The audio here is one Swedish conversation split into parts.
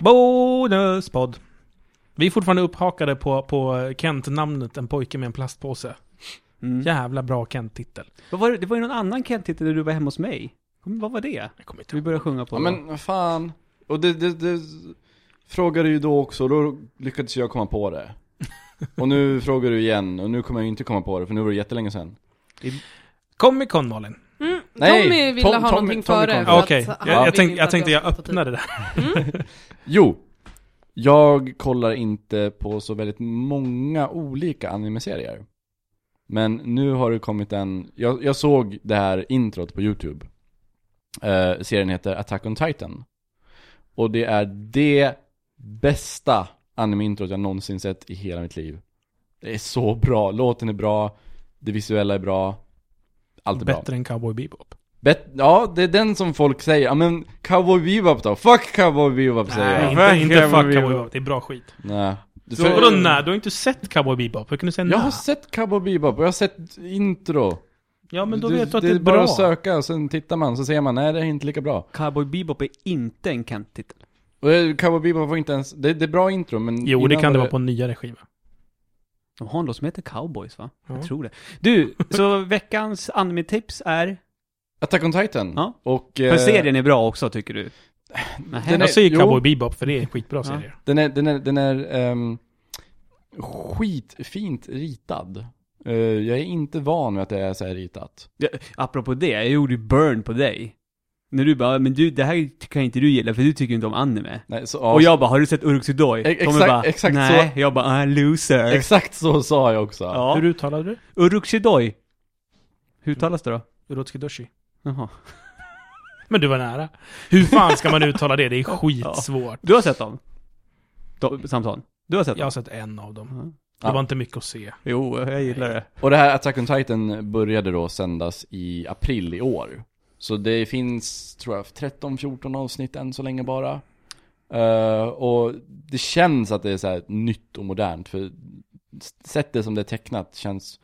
Bonuspodd. Vi är fortfarande upphakade på, på Kent-namnet En pojke med en plastpåse. Mm. Jävla bra Kent-titel. Vad var det? det var ju någon annan Kent-titel där du var hemma hos mig. Kom- Vad var det? Jag kommer inte Vi ihåg. började sjunga på Ja det. men vad fan. Och det, det, det frågade ju då också, och då lyckades jag komma på det. Och nu frågar du igen, och nu kommer jag inte komma på det, för nu var det jättelänge sedan. Comic Con Malin. Mm, Nej, Tommy ville Tom- ha Tommy- någonting Tommy före. kom. för att Okej, han jag, jag, ville tänk, inte jag att tänkte jag skulle ta typ tid. öppnade det där. Jo! Jag kollar inte på så väldigt många olika animeserier. Men nu har det kommit en, jag, jag såg det här introt på YouTube. Eh, serien heter Attack on Titan. Och det är det bästa anime-introt jag någonsin sett i hela mitt liv. Det är så bra, låten är bra, det visuella är bra. Allt är bra. Bättre än Cowboy Bebop. Bet ja, det är den som folk säger. Ja men Cowboy Bebop då? Fuck Cowboy Bebop Nej, säger jag. inte, inte fuck Cowboy Cowboy Bebop. Bebop. Det är bra skit. Nej. Så, vadå nej? Du har inte sett Cowboy Bebop. Hur kan du säga Jag har nej? sett Cowboy Bebop och jag har sett intro. Ja, men då Det- vet du att det, det, är bara bra. att söka och sen tittar man så ser man, nej det är inte lika bra. Cowboy Bebop är inte en Kent-titel. Och eh, Cowboy Bebop var inte ens, det, det är bra intro men... Jo, det innan kan det var vara på en nyare skiva. De har en låt som heter Cowboys va? Ja. Jag tror det. Du, så veckans anime-tips är? Attack on Titan. Ja. Och... För serien är bra också tycker du? Nähä. den Eh, är- Jag säger jo. Cowboy Bebop för det är en skitbra Ja. serie. Den är, den är, den är ehm, skitfint ritad. Eh, jag är inte van vid att det är så här ritat. Ja, apropå det, jag gjorde ju burn på dig. När du bara, men du, det här kan inte du gilla för du tycker inte om anime. Nej, så, Och jag bara, har du sett Uruksidoi? Ex- Tommy exakt- bara, exakt nej. Jag bara, ah, loser. Exakt så sa jag också. Hur ja. uttalade du? Uruksidoi. Hur talas det då? Urotsukidoshi. Jaha. Men du var nära. Hur fan ska man uttala det? Det är skitsvårt. Du har sett dem? Do- Samson? Du har sett Jag dem? har sett en av dem. Mm. Ja. Det var inte mycket att se. Jo, jag gillar det. Och det här Attack on Titan började då sändas i april i år. Så det finns, tror jag, 13-14 avsnitt än så länge bara. Eh, och det känns att det är så här nytt och modernt, för sättet som det är tecknat känns...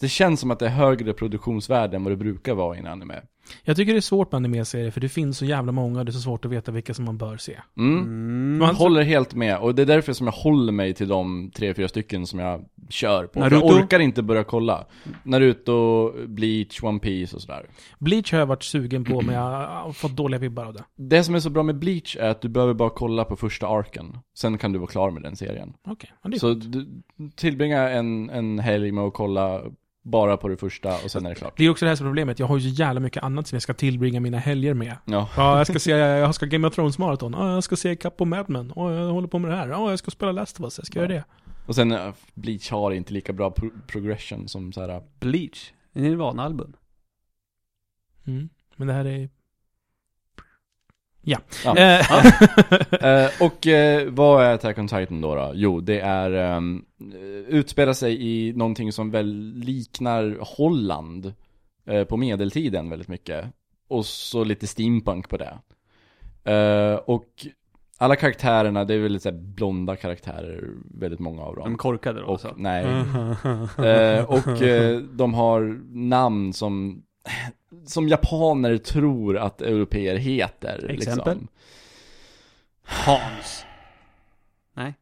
Det känns som att det är högre produktionsvärde än vad det brukar vara i en anime. Jag tycker det är svårt med animeserier för det finns så jävla många och det är så svårt att veta vilka som man bör se. Mm. Mm. Man- Jag håller helt med, och det är därför som jag håller mig till de tre, fyra stycken som jag kör på. Naruto. Naruto? Jag orkar inte börja kolla. Naruto, Bleach, One Piece och sådär. Bleach har jag varit sugen på men jag har fått dåliga vibbar av det. Det som är så bra med Bleach är att du behöver bara kolla på första arken. Sen kan du vara klar med den serien. Okej, ja, det är Så du, tillbringa en, en helg med att kolla bara på det första och sen är det klart. Det är också det här som är problemet. Jag har ju så jävla mycket annat som jag ska tillbringa mina helger med. Ja. Ja, jag ska se, jag ska Game of Thrones maraton. Ja, jag ska se Cup och Mad Men. Ja, jag håller på med det här. Ja, jag ska spela Last of Us. Jag ska göra det. Och sen, eh, Bleach har inte lika bra pro progression som så här. äh, Bleach. Nirvana-album. Mm. Men det här är... Ja. Ja. Eh, Eh, och eh, vad är Attack on Titan då? då? Jo, det är ehm, eh, utspelar sig i någonting som väl liknar Holland eh, på medeltiden väldigt mycket. Och så lite steampunk på det. Eh, och alla karaktärerna, det är väl lite så här blonda karaktärer, väldigt många av De alltså. dem. korkade då Och, också. nej. Eh, och eh, de har namn som, som japaner tror att europeer heter. Exempel? Liksom. Hans. Nej,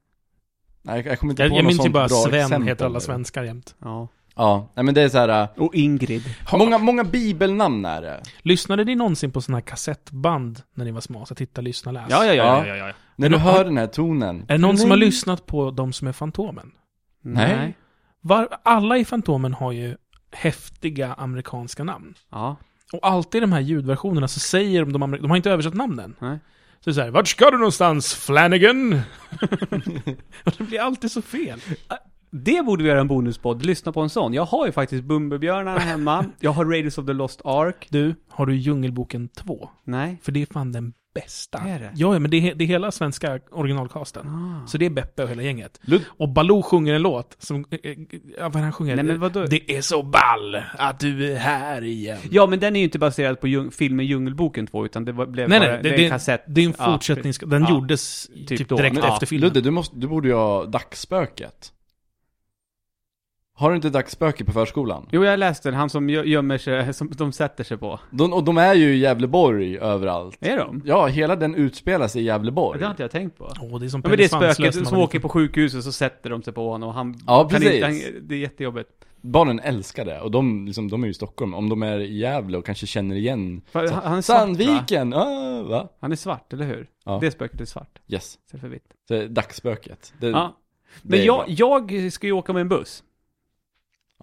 jag- jag kommer inte jag på jag något minns ju sånt bara bra Sven exempel heter alla nu. svenskar jämt. Ja. Ja, nej men det är så här. Och Ingrid. äh, Många, många bibelnamn är det. Lyssnade ni någonsin på sådana här kassettband när ni var små? Så titta, lyssna, läs. Ja, ja, ja, Ja. ja, ja, ja. När du hör den här tonen. Är det någon som har lyssnat på de som är Fantomen? Nej. Var, alla i Fantomen har ju häftiga amerikanska namn. Ja. Och alltid i de här ljudversionerna så säger de, de, amer- de har inte översatt namnen. Nej. Så det är så här, vart ska du någonstans Flanagan? Och det blir alltid så fel. Det borde vi göra en bonuspodd. Lyssna på en sån. Jag har ju faktiskt Bumbibjörnarna hemma. Jag har Raiders of the Lost Ark. Du, har du Djungelboken 2? Nej. För det är fan den bästa. Är det? Ah. Ja, ja, men det är, he- det är hela svenska originalcasten. Så det är Beppe och hela gänget. Lud- Och Baloo sjunger en låt som... eh, eh, Ja, vad är det han sjunger? Nej, men vadå? Det är så ball att du är här igen. Ja, men den är ju inte baserad på djung- filmen Djungelboken 2, utan det var, blev nej, bara, nej, det, är en kassett. Det är en Ja, fortsättning. den ja. gjordes typ, då. direkt Men- efter filmen. Ludde, du, måste, du borde ju ha dagsspöket. Har du inte dagsböcker på förskolan? Jo, jag läste den. Han som gö- gömmer sig, som de sätter sig på. De, och de är ju i Gävleborg överallt. Är de? Ja, hela den utspelar sig i Gävleborg. Det har inte jag tänkt på. Åh, det är som liksom- Ja, men det Pelle är Svanslös spöket när man som är åker liten. på sjukhuset så sätter de sig på honom och han Ja, kan precis. inte, han, det är jättejobbigt. Barnen älskar det, och de, liksom, de är ju i Stockholm. Om de är i Gävle och kanske känner igen För han, han är svart, va? Sandviken! ah, va? Han är svart, eller hur? Ja. Det spöket är svart, Yes. istället för vitt. Så det är dagsspöket. Det, Ja. det Men är jag, bra. jag ska ju åka med en buss.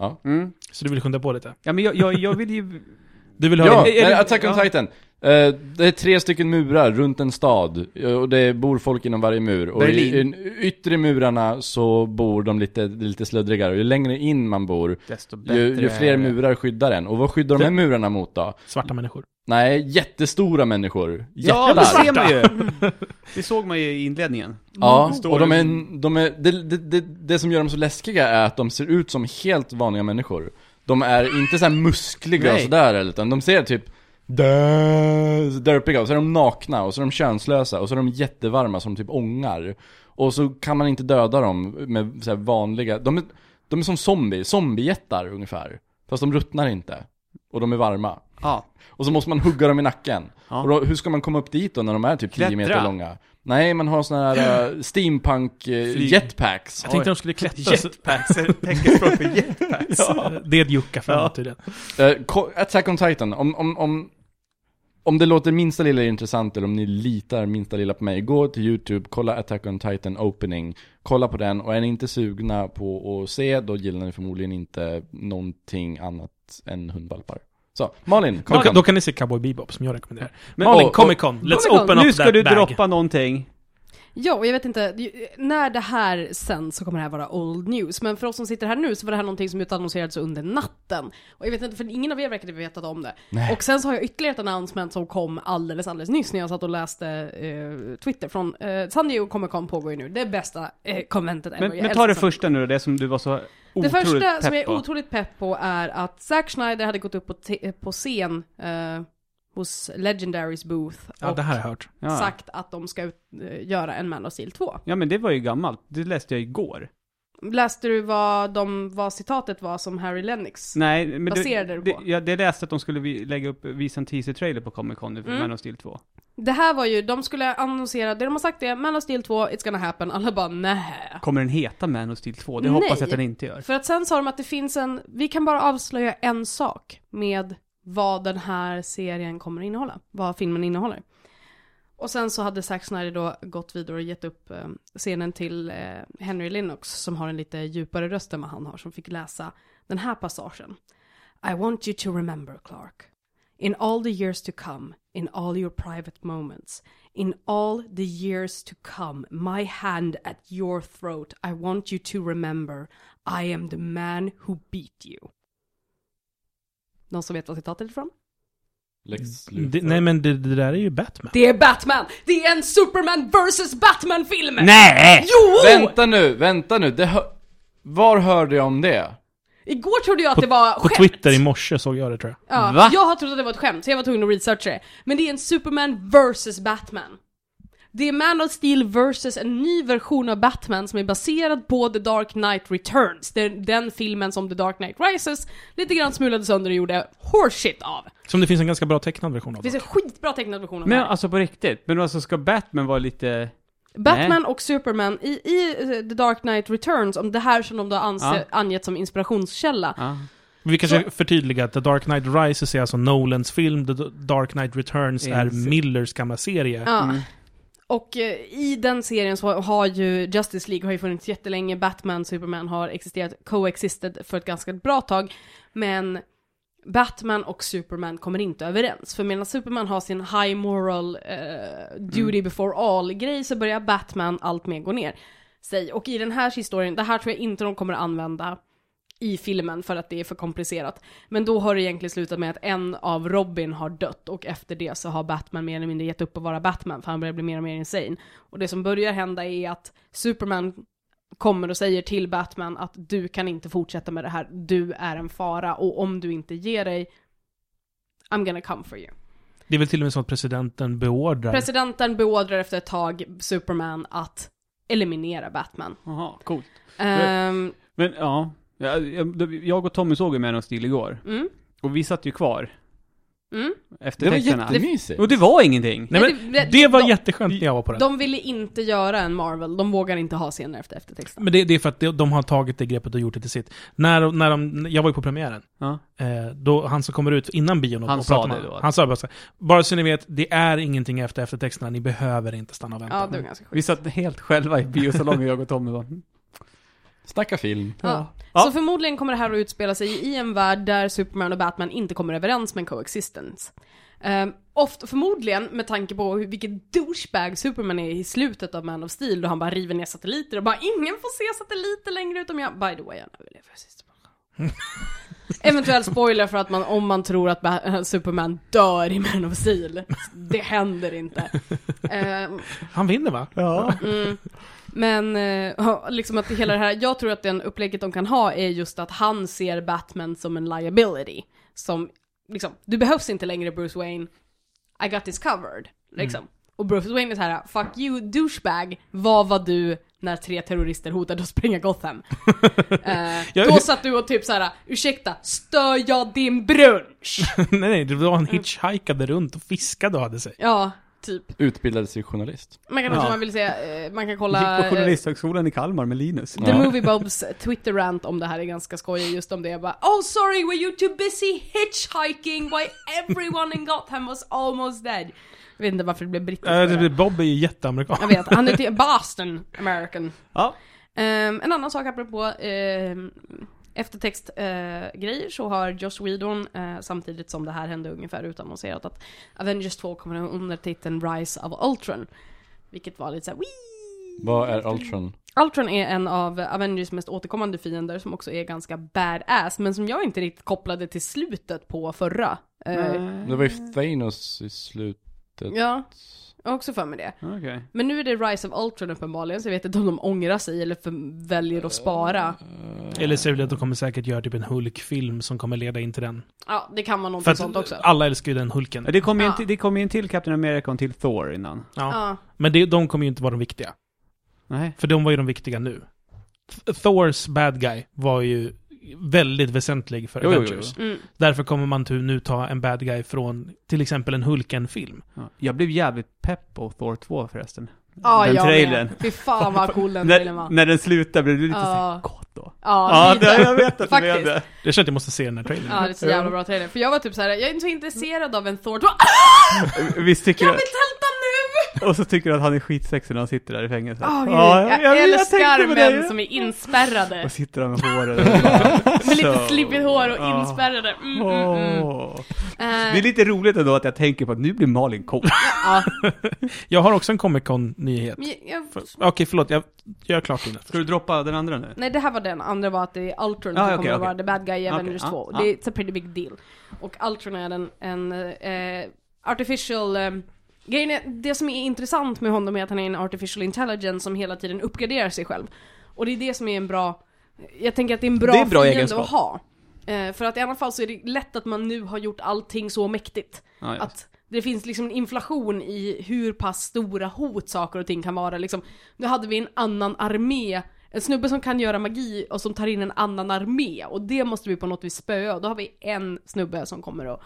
Ja. Mm. Så du vill skynda på lite? Ja, men jag, jag, jag vill ju... Du vill höra? Ja, Är- är nej, det- Attack on ja. Titan. Eh, det är tre stycken murar runt en stad, eh, och det bor folk inom varje mur. Och i, i Berlin. de yttre murarna så bor de lite, lite sluddrigare, och ju längre in man bor, Desto bättre. ju, ju är fler det. murar skyddar en. Och vad skyddar de här murarna mot då? Svarta människor. Nej, jättestora människor. Ja, det Jättar. ser man ju. Det såg man ju i inledningen. Ja, Stora- och de är, de är det, det, det, det som gör dem så läskiga är att de ser ut som helt vanliga människor. De är inte så här muskliga och Nej. sådär, eller, utan de ser typ dö- derpiga, och så är de nakna, och så är de könslösa, och så är de jättevarma som typ ångar. Och så kan man inte döda dem med så här vanliga, de är, de är som zombie, zombiejättar ungefär. Fast de ruttnar inte. Och de är varma. Ja. Och så måste man hugga dem i nacken. Ja. Och då, hur ska man komma upp dit då när de är typ 10 Klättra. meter långa? Nej, man har såna här eh, steampunk eh, Flyg. jetpacks. Jag tänkte de skulle klättra. så- Jetpacks, är det teckenspråk för jetpacks. Det är ett jucka framåt Ja. tydligen. Eh, ko- Attack on Titan, om, om, om, om det låter minsta lilla intressant eller om ni litar minsta lilla på mig, gå till YouTube, kolla Attack on Titan Opening, kolla på den och är ni inte sugna på att se, då gillar ni förmodligen inte någonting annat än hundvalpar. Så, Malin, Då, kom igen. kan- då kan ni se Cowboy Bebop som jag rekommenderar. Men- Malin, och- och- Comic Con, let's Kom igen, open nu up ska that du bag. droppa någonting. Ja, och jag vet inte, det- när det här sen så kommer det här vara old news. Men för oss som sitter här nu så var det här någonting som utannonserades under natten. Och jag vet inte, för ingen av er verkade vetat om det. Och sen så har jag ytterligare ett announcement som kom alldeles, alldeles nyss när jag satt och läste eh, Twitter från eh, San Diego Comic Con pågår ju nu, det bästa eh, konventet ever. Men, Jag men ta det älskar San- första nu då, det som du var så det otroligt första som pepp jag är på. otroligt pepp på är att Zack Snyder hade gått upp på, te- på scen eh, hos Legendarys booth Ja, och det här har jag hört. ja. sagt att de ska ut, eh, göra en Man of Steel 2. Ja men det var ju gammalt, det läste jag igår. Läste du vad, de, vad citatet var som Harry Lennox? Nej, men Baserade det, du det, på? ja, det läste att de skulle vi, lägga upp, visa en teaser-trailer på Comic Con nu för Mm. Man of Steel 2. Det här var ju, de skulle annonsera, det de har sagt är Man of Steel 2, it's gonna happen. Alla bara nej. Kommer den heta Man of Steel 2? Det hoppas jag att Nej. den inte gör. För att sen sa de att det finns en, vi kan bara avslöja en sak med vad den här serien kommer att innehålla. Vad filmen innehåller. Och sen så hade Zack Snyder då gått vidare och gett upp eh, scenen till eh, Henry Lennox som har en lite djupare röst än vad han har som fick läsa den här passagen. I want you to remember, Clark. In all the years to come, in all your private moments, in all the years to come, my hand at your throat, I want you to remember, I am the man who beat you. Någon som vet vad citatet är ifrån? Lex Luthor. Det, nej men det, det där är ju Batman. Det är Batman! Det är en Superman vs Batman-film! Nej! Jo! Vänta nu, vänta nu, det hör... Var hörde jag om det? Igår trodde jag att På- det var På skämt. Twitter i morse såg jag det tror jag. Ja, Va? Jag har trott att det var ett skämt, så jag var tvungen att researcha det. Men det är en Superman vs Batman. Det är Man of Steel vs en ny version av Batman som är baserad på The Dark Knight Returns. Det är den filmen som The Dark Knight Rises lite grann smulade sönder och gjorde horseshit av. Som det finns en ganska bra tecknad version av. Det finns en skitbra tecknad version av Men det här. alltså på riktigt, men alltså ska Batman vara lite... Batman och Superman i, i eh, The Dark Knight Returns, om det här som de då anse, Ja. angett som inspirationskälla, Ja. Vi kanske Så- förtydligar att The Dark Knight Rises är alltså Nolans film, The Dark Knight Returns Det är en är se- Millers gamla serie. Ja. Mm. Och eh, i den serien så har ju Justice League har ju funnits jättelänge, Batman, Superman har existerat, coexisted för ett ganska bra tag, men Batman och Superman kommer inte överens. För medan Superman har sin high moral eh, duty before all-grej så börjar Batman allt mer gå ner sig. Och i den här historien, det här tror jag inte de kommer att använda i filmen för att det är för komplicerat. Men då har det egentligen slutat med att en av Robin har dött och efter det så har Batman mer eller mindre gett upp att vara Batman för han börjar bli mer och mer insane. Och det som börjar hända är att Superman kommer och säger till Batman att du kan inte fortsätta med det här, du är en fara och om du inte ger dig I'm gonna come for you. Det är väl till och med så att presidenten beordrar. Presidenten beordrar efter ett tag Superman att eliminera Batman. Jaha, coolt. Ehm, Men ja, Jag, jag- jag och Tommy såg ju Man of Steel igår. Mm. Och vi satt ju kvar Mm. efter Det var texterna. jättemysigt. Och det var ingenting! Nej men, det, var de, jätteskönt när jag var på den. de ville inte göra en Marvel, de vågar inte ha scener efter eftertexten. Men det, det är för att de, de har tagit det greppet och gjort det till sitt. När, när de, jag var ju på premiären. Ja. Eh, då, han som kommer ut innan bion och, Han och sa pratar det med- då, att- Han sa bara så här, bara så ni vet, det är ingenting efter eftertexterna, ni behöver inte stanna och vänta. Ja, det var ganska sjukt. Vi satt helt själva i biosalongen, jag och Tommy bara, "Mm, Snacka film. Ja. Ja. Så förmodligen kommer det här att utspela sig i en värld där Superman och Batman inte kommer överens med en coexistence. Um, ofta, förmodligen med tanke på hur, vilket douchebag Superman är i slutet av Man of Steel då han bara river ner satelliter och bara ingen får se satelliter längre utom jag. By the way, jag överlever sist. Eventuell spoiler för att man, om man tror att Ba- Superman dör i Man of Steel. Det händer inte. Ehm, Han vinner va? ja. Mm. Men eh, ja, liksom att det hela det här, jag tror att den upplägget de kan ha är just att han ser Batman som en liability. Som liksom, du behövs inte längre Bruce Wayne, I got this covered. Mm. Liksom. Och Bruce Wayne är så här, fuck you douchebag, vad var du när tre terrorister hotade att spränga Gotham? Eh, Jag- då satt du och typ så här, ursäkta, stör jag din brunch? nej, nej, det var han hitchhikade runt och fiskade och hade sig. ja, typ. Utbildade sig journalist. Man kan också, Ja. om man vill säga, eh, man kan kolla... Gick på eh, Journalisthögskolan i Kalmar med Linus. The Ja. Movie Bobs Twitter-rant om det här är ganska skojig just om det. Jag bara Oh sorry were you too busy hitchhiking why everyone in Gotham was almost dead. Jag vet inte varför det blev brittiskt. Eh, det- bara. Bob är ju jätteamerikan. Jag vet, han är till Boston American. Ja. Ehm, en annan sak apropå um, eftertextgrejer grejer så har Joss Whedon, eh, samtidigt som det här hände ungefär, utannonserat att Avengers 2 kommer under titeln Rise of Ultron. Vilket var lite såhär "Wii!" Vad är Ultron? Ultron är en av Avengers mest återkommande fiender som också är ganska badass, men som jag inte riktigt kopplade till slutet på förra. Eh, Det var ju Thanos i slutet. ja, jag har också för mig det. Okej. Men nu är det Rise of Ultron uppenbarligen, så jag vet inte om de ångrar sig eller för, väljer att spara. Eller Eh, så är det väl att de kommer säkert göra typ en Hulk-film som kommer leda in till den. Ja, det kan vara För någonting sånt att också. alla älskar ju den Hulken. Ja, Det kom ju en, Ja. till- det kom ju en till Captain America och en till Thor innan. Ja. Ja. Men det, de kommer ju inte vara de viktiga. Nej. För de var ju de viktiga nu. Th- Thors bad guy var ju väldigt väsentlig för Jo, jo, jo, Avengers. Mm. Därför kommer man tu- nu ta en bad guy från till exempel en Hulken-film. Ja. Jag blev jävligt pepp på Thor 2 förresten. Ja, Den jag trailern. med. Fy fan vad cool den trailern När, var. när den slutade blev du lite Ja. såhär kåt då. Ja, det, lite. jag vet att du blev Faktiskt. det. Jag känner att jag måste se den här trailern. Ja, det är så jävla bra trailer. För jag var typ såhär, jag är inte så intresserad av en Thor 2. Visst tycker Jag jag vill tälta nu! och så tycker du att han är skitsexig när han sitter där i fängelset. Ah, gud, jag, tänkte älskar på män det. som Mm, är inspärrade. Och sitter där med håret. Med Med lite slibbigt hår och inspärrade. Mm, mm, mm. Det är Eh, lite roligt ändå att jag tänker på att nu blir Malin kåt. ja. Jag har också en Comic Con-nyhet. Men jag- jag- Okej, förlåt. Jag gör klart innan. Ska du droppa den andra nu? Nej det här var den, andra var att det är Ultron Ah, som okej, kommer att okej. vara the bad guy i Okej, Avengers ah, 2. ah. Det är it's a pretty big deal. Och Ultron är en, en eh, artificial... Eh, grejen är, det som är intressant med honom är att han är en artificial intelligence som hela tiden uppgraderar sig själv. Och det är det som är en bra... Jag tänker att det är en bra, Det är en bra fiende egenskap. att ha. Eh, för att i alla fall så är det lätt att man nu har gjort allting så mäktigt. Ja, ja. Att det finns liksom en inflation i hur pass stora hot saker och ting kan vara. Liksom, nu hade vi en annan armé, en snubbe som kan göra magi och som tar in en annan armé. Och det måste vi på något vis spöa. Och Då har vi en snubbe som kommer att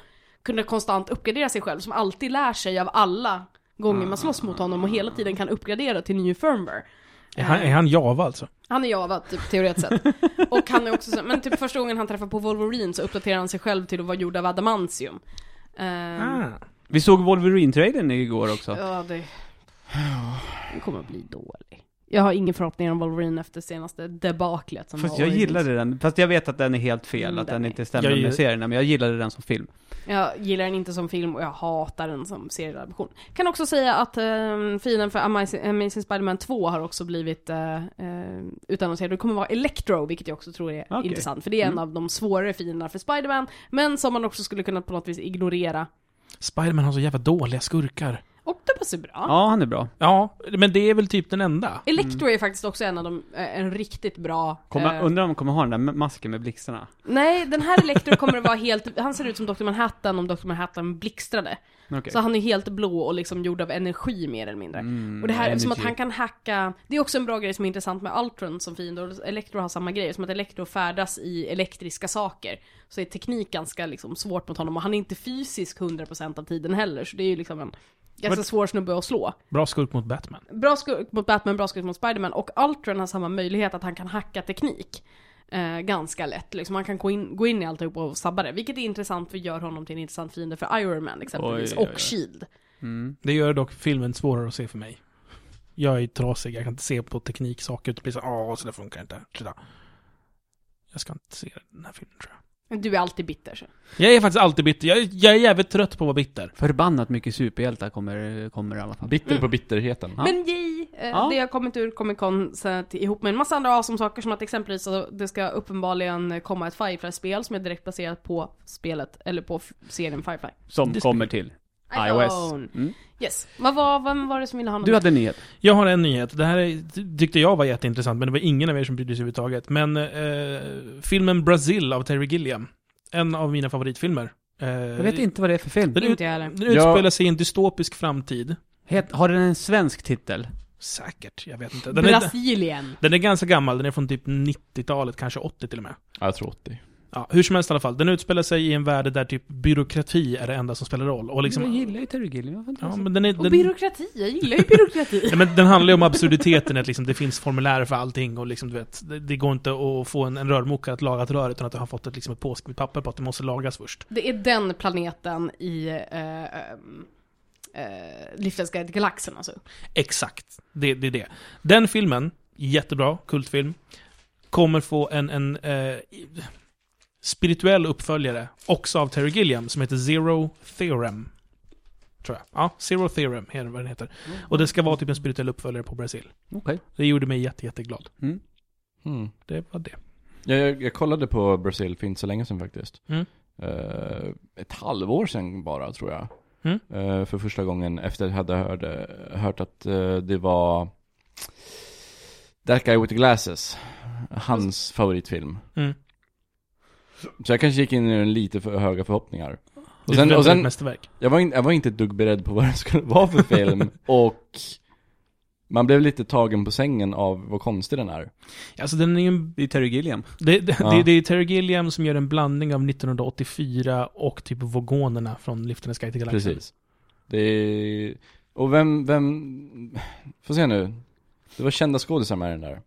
kunna konstant uppgradera sig själv, som alltid lär sig av alla gånger man slåss mot honom och hela tiden kan uppgradera till ny firmware. Är han, är han Java alltså? Han är Java, typ, teoretiskt sett. Och han är också så, men typ första gången han träffar på Wolverine så uppdaterar han sig själv till att vara gjord av adamantium. Ehm, Ah. Vi såg Wolverine-trailern igår också. Ja, det... Den kommer att bli dålig. Jag har ingen förhoppning om Wolverine efter senaste debaklet som Fast var jag Origins. gillade den, fast jag vet att den är helt fel, Mm, att den den är- inte stämmer Jag gillar- med serierna, men jag gillade den som film. Jag gillar den inte som film och jag hatar den som serieadaption. Kan också säga att um, fienden för Amazing, Amazing Spider-Man 2 har också blivit eh, eh, utannonserad. Det kommer vara Electro, vilket jag också tror är Okej. Mm. intressant. För det är en av de svårare fienderna för Spider-Man. Men som man också skulle kunna på något vis ignorera. Spiderman har så jävla dåliga skurkar. Octopus är bra. Ja, han är bra. Ja, men det är väl typ den enda. Electro är faktiskt också en av de, eh, en riktigt bra... Kommer, eh, Undrar om han kommer ha den där ma- masken med blixtarna. nej, den här Electro kommer att vara helt, han ser ut som Dr. Manhattan om Dr. Manhattan blixtrade. Okej. Så han är helt blå och liksom gjord av energi mer eller mindre. och det här, Mm, energy. som att han kan hacka, det är också en bra grej som är intressant med Ultron som fiende, och Electro har samma grej, som att Electro färdas i elektriska saker. Så är teknik ganska liksom svårt mot honom, och han är inte fysisk 100% av tiden heller, så det är ju liksom en ganska Men- svår snubbe att slå. Bra skurk mot Batman. Bra skurk mot Batman, bra skurk mot Spiderman, och Ultron har samma möjlighet att han kan hacka teknik. Eh, ganska lätt, liksom. han kan gå in, gå in i alltihop och sabba det, vilket är intressant för gör honom till en intressant fiende för Iron Man exempelvis, Oj, oj, oj. och Shield. Mm. Det gör dock filmen svårare att se för mig. Jag är trasig, jag kan inte se på tekniksaker och bli så åh, så det funkar inte. Sådär. Jag ska inte se den här filmen tror jag. Du är alltid bitter. Så. Jag är faktiskt alltid bitter. Jag är, jag är jävligt trött på att vara bitter. Förbannat mycket superhjältar kommer, kommer i alla fall. Bitter på bitterheten. Ja. Men yay! Eh, Ja. Det har kommit ur Comic Con så att, ihop med en massa andra awesome saker som att exempelvis så det ska uppenbarligen komma ett Firefly-spel som är direkt baserat på spelet, eller på f- serien Firefly. Som Det- kommer till iOS. iPhone. Mm. Yes. Vad var, vem var det som ville ha något? Du hade en nyhet. Jag har en nyhet. Det här är, tyckte jag var jätteintressant, men det var ingen av er som brydde sig överhuvudtaget. Men eh, filmen Brazil av Terry Gilliam. En av mina favoritfilmer. Eh, Jag vet inte vad det är för film. Den, ut, Inte jag heller. den utspelar sig i en dystopisk framtid. Het, har den en svensk titel? Säkert, jag vet inte. Den är, Brasilien. den är ganska gammal, den är från typ 90-talet, kanske 80 till och med. Ja, jag tror 80. Ja, hur som helst i alla fall, den utspelar sig i en värld där typ byråkrati är det enda som spelar roll. Och jag liksom, gillar ju Terry Gilliam, varför inte? ja, men den, är, Och den, byråkrati, jag gillar ju byråkrati. ja, men den handlar ju om absurditeten, i att liksom, det finns formulär för allting och liksom, du vet, det, det går inte att få en, en rörmokare att laga ett rör utan att du har fått ett, liksom, ett påskrivet papper på att det måste lagas först. det är den planeten i eh, ehm, eh, Livsälskade galaxen alltså. Exakt, det, det är det. Den filmen, jättebra, kultfilm, kommer få en, en eh, spirituell uppföljare, också av Terry Gilliam, som heter Zero Theorem. Tror jag. Ja, Zero Theorem är vad den heter. Och det ska vara typ en spirituell uppföljare på Brasil. Okej. Det gjorde mig jätte, jätteglad. Mm. Mm. Det var det. Jag, jag, jag kollade på Brasil för inte så länge sedan faktiskt. Mm. Eh, ett halvår sedan bara tror jag. Mm. Eh, för första gången efter att jag hade hört, hört att eh, det var That guy with the glasses. Hans favoritfilm. Mm. Så jag kanske gick in i den lite för höga förhoppningar. Och sen- sen, och sen- typ mästerverk. Jag var, in, jag var inte ett dugg beredd på vad det skulle vara för film. och man blev lite tagen på sängen av vad konstig den är. Alltså den är ju en, Det är Terry Gilliam. det, det, Ja. det, det är Terry Gilliam som gör en blandning av 1984 och typ Vogonerna från Liftarnas guide till galaxen. Precis. Det är... Och vem, vem... Får se nu. Det var kända skådisar med den där.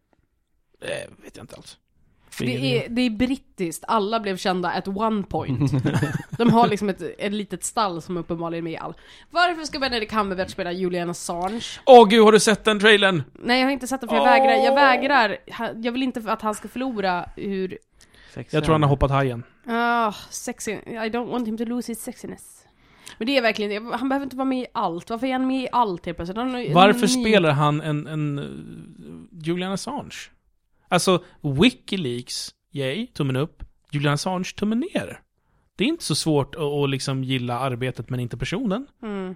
Eh, vet jag inte alls. Det är, det är brittiskt, alla blev kända at one point. De har liksom ett, ett litet stall som uppenbarligen är med i all. Varför ska Benedict Cumberbatch spela Julian Assange? Åh gud, har du sett den trailern? Nej jag har inte sett det för jag Åh! vägrar, jag vägrar. Ha- Jag vill inte att han ska förlora hur... Jag tror han har hoppat hajen. Ah, sexy. I don't want him to lose his sexiness. Men det är verkligen det, han behöver inte vara med i allt. Varför är han med i allt helt plötsligt? Han har ju- Varför ni- spelar han en, en eh, Julian Assange? Alltså, Wikileaks, yay, tummen upp. Julian Assange, tummen ner. Det är inte så svårt att, att liksom gilla arbetet men inte personen. Mm.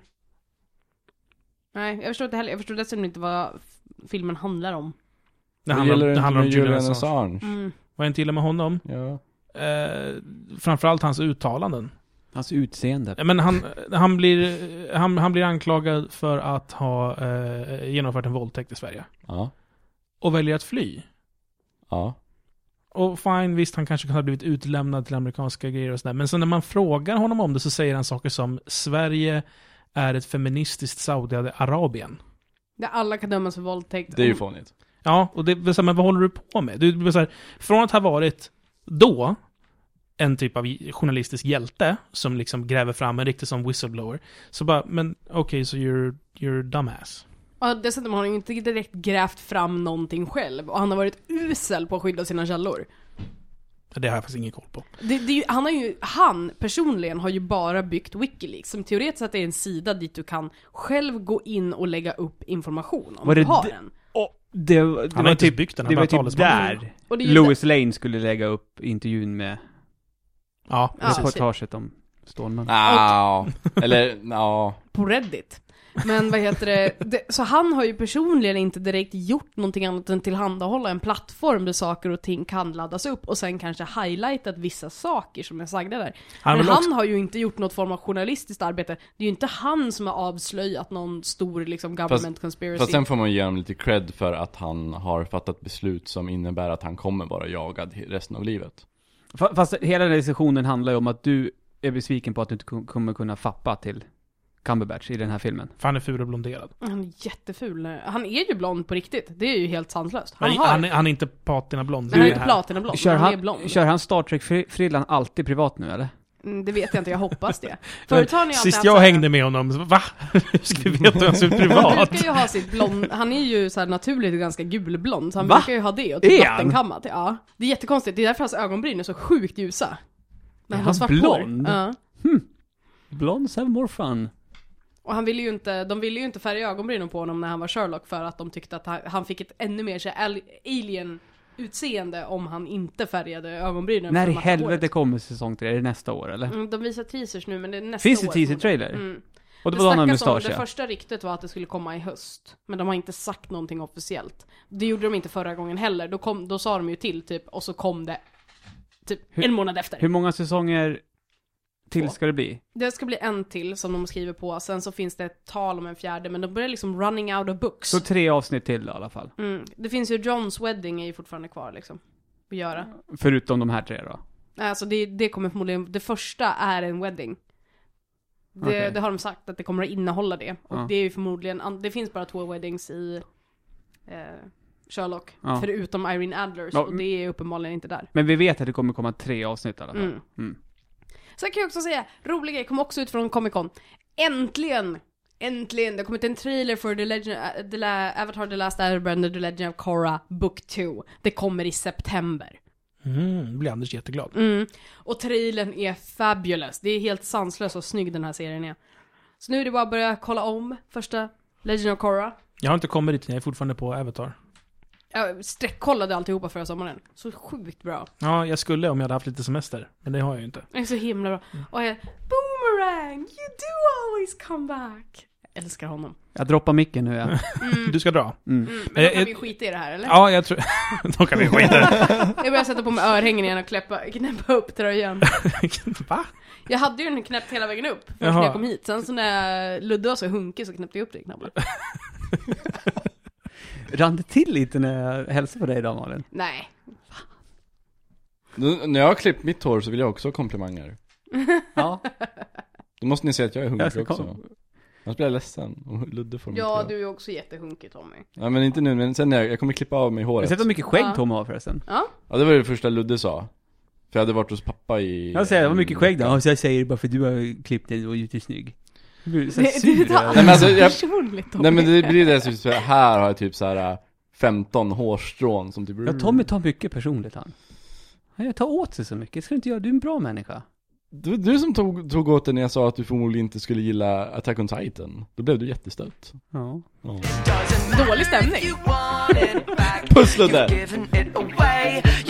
Nej, jag förstår inte heller, jag förstår dessutom inte vad f- filmen handlar om. Det Vad handlar, om- gäller det inte handlar om med Julian Assange. Assange. Mm. Vad jag inte gillar med honom, Ja. eh, framförallt hans uttalanden. Hans utseende. Eh, Men han, han, blir, eh, han, han blir anklagad för att ha eh, genomfört en våldtäkt i Sverige. Ja. Och väljer att fly. Ja. Och fine, visst han kanske kan ha blivit utlämnad till amerikanska grejer och sådär. Men sen när man frågar honom om det så säger han saker som Sverige är ett feministiskt Saudiarabien. Där alla kan dömas för våldtäkt. Det är ju Om- fånigt. Ja, Mm. och det blir så här, men vad håller du på med? Du, det blir så här, från att ha varit då en typ av journalistisk hjälte som liksom gräver fram en riktig som whistleblower. Så bara, men okej, så you're, you're dumbass. Ja, dessutom har han ju inte direkt grävt fram någonting själv och han har varit usel på att skydda sina källor. Det har jag faktiskt ingen koll på. Det, det är ju, han, har ju, han personligen har ju bara byggt Wikileaks som teoretiskt sett är en sida dit du kan själv gå in och lägga upp information om Var du det har d- den. Oh, det, var- det har var inte typ, byggt den, han det bara var typ talesman. där Och det är ju Lois Lane skulle lägga upp intervjun med Ja, Ja. precis. reportaget om Stålman. Ah, Eller, ja. på Reddit. Men vad heter det? det? Så han har ju personligen inte direkt gjort någonting annat än tillhandahålla en plattform där saker och ting kan laddas upp och sen kanske highlightat vissa saker som är sagda där. Han men vill han också, har ju inte gjort något form av journalistiskt arbete. Det är ju inte han som har avslöjat någon stor liksom government conspiracy. Fast sen får man ju ge honom lite cred för att han har fattat beslut som innebär att han kommer vara jagad he- resten av livet. Fa- Fast hela den här diskussionen handlar ju om att du är besviken på att du inte ku- kommer kunna fappa till Cumberbatch i den här filmen. för han är ful och blonderad. Han är jätteful. Han är ju blond på riktigt. Det är ju helt sanslöst. Han, Han, har... han, är- han är inte patinablond. Nej, han är Det inte här. platinablond, Kör men han är han, blond. kör han Star Trek-frillan alltid privat nu eller? Mm, Det vet jag inte, jag hoppas det. Förut har han ju alltid Sist haft jag så här- Mm. hängde med honom, så, va? Hur ska vi veta hur han ser ut Han privat? brukar ju ha sitt blond, han är ju så här naturligt ganska gulblond, så han Va? brukar ju ha det och typ Är han? vattenkammat. Ja. Det är jättekonstigt, det är därför hans ögonbryn är så sjukt ljusa. Är Men har han svart blond? Hår. Ja. Blondes have more fun. Och han ville ju inte, de ville ju inte färga ögonbrynen på honom när han var Sherlock för att de tyckte att han, han fick ett ännu mer så här al- alien utseende om han inte färgade ögonbrynen. När för i att matcha helvete håret. kommer säsong tre? Är det nästa år eller? Mm, de visar teasers nu men det är nästa Finns det år teaser-trailer? förmodligen. Mm. Och det Det var då han hade snackas om, mustasch det ja. första ryktet var att det skulle komma i höst. Men de har inte sagt någonting officiellt. Det gjorde de inte förra gången heller. Då, kom, då sa de ju till typ, och så kom det typ Hur- en månad efter. Hur många säsonger till Två. ska det bli? Det ska bli en till som de skriver på, sen så finns det ett tal om en fjärde, men de börjar liksom running out of books. Så tre avsnitt till då, i alla fall. Mm. Det finns ju Johns wedding är ju fortfarande kvar liksom. Att göra. Förutom de här tre då. Nej, Alltså det, det kommer förmodligen, det första är en wedding. Det, Okej. det har de sagt att det kommer att innehålla det. Och Ja. det är ju förmodligen, an- det finns bara två weddings i eh, Sherlock. Ja. Förutom Irene Adlers, Ja, och det är uppenbarligen inte där. Men vi vet att det kommer komma tre avsnitt i alla fall. Mm. Mm. Sen kan jag också säga, rolig grej, kom också ut från Comic Con. Äntligen! Äntligen! Det har kommit en trailer för The Legend, äh, The La, Avatar The Last Airbender, The Legend of Korra, Book 2. Det kommer i september. Mm, blir Anders jätteglad. Mm. Och trailern är fabulous. Det är helt sanslöst och snygg den här serien är. Så nu är det bara att börja kolla om första Legend of Korra. Jag har inte kommit dit, jag är fortfarande på Avatar. Jag streckkollade alltihopa förra sommaren. Så sjukt bra. Ja, jag skulle om jag hade haft lite semester, men det har jag ju inte. Det är så himla bra. Mm. Och jag, Boomerang, you do always come back. Jag älskar honom. Jag droppar micken nu ja. Du ska dra. Mm, men då Eh, kan vi eh, skita i det här eller? Ja, jag tror... Då kan vi skita i Jag börjar sätta på mig örhängen igen och knäppa, knäppa upp tröjan. det. Va? Jag hade ju den knäppt hela vägen upp först när Jaha. jag kom hit. Sen så när jag- Ludde var så hunkig så knäppte jag upp den knappt. Rann det till lite när jag hälsade på dig idag Malin? Nej, Nu, när jag har klippt mitt hår så vill jag också ha komplimanger. Ja. Då måste ni säga att jag är Jag hungrig ska också. kom- Annars blir jag ledsen om Ludde får mig Ja, till det. du är också jättehunkig Tommy. Ja, men inte nu, men sen när jag, jag kommer klippa av mig Har du håret. sett hur mycket skägg Ja. Tom har förresten? Ja, det var det första Ludde sa. För jag hade varit hos pappa i... Jag säger, vad mycket skägg då? Och så jag säger bara för du har klippt dig och gjort dig snygg. Du blir så Det, det sur. tar över- Nej, men alltså, allt jag- personligt Tommy. Nej men det blir det, så här har jag typ så här äh, 15 hårstrån som typ... Ja, Tommy tar mycket personligt han. Han jag tar åt sig så mycket, ska du inte göra? Du är en bra människa. Du, du som tog, tog åt dig när jag sa att du förmodligen inte skulle gilla Attack on Titan. Då blev du jättestött. Ja. Ja. Dålig stämning. Puss Ludde! Giving it away.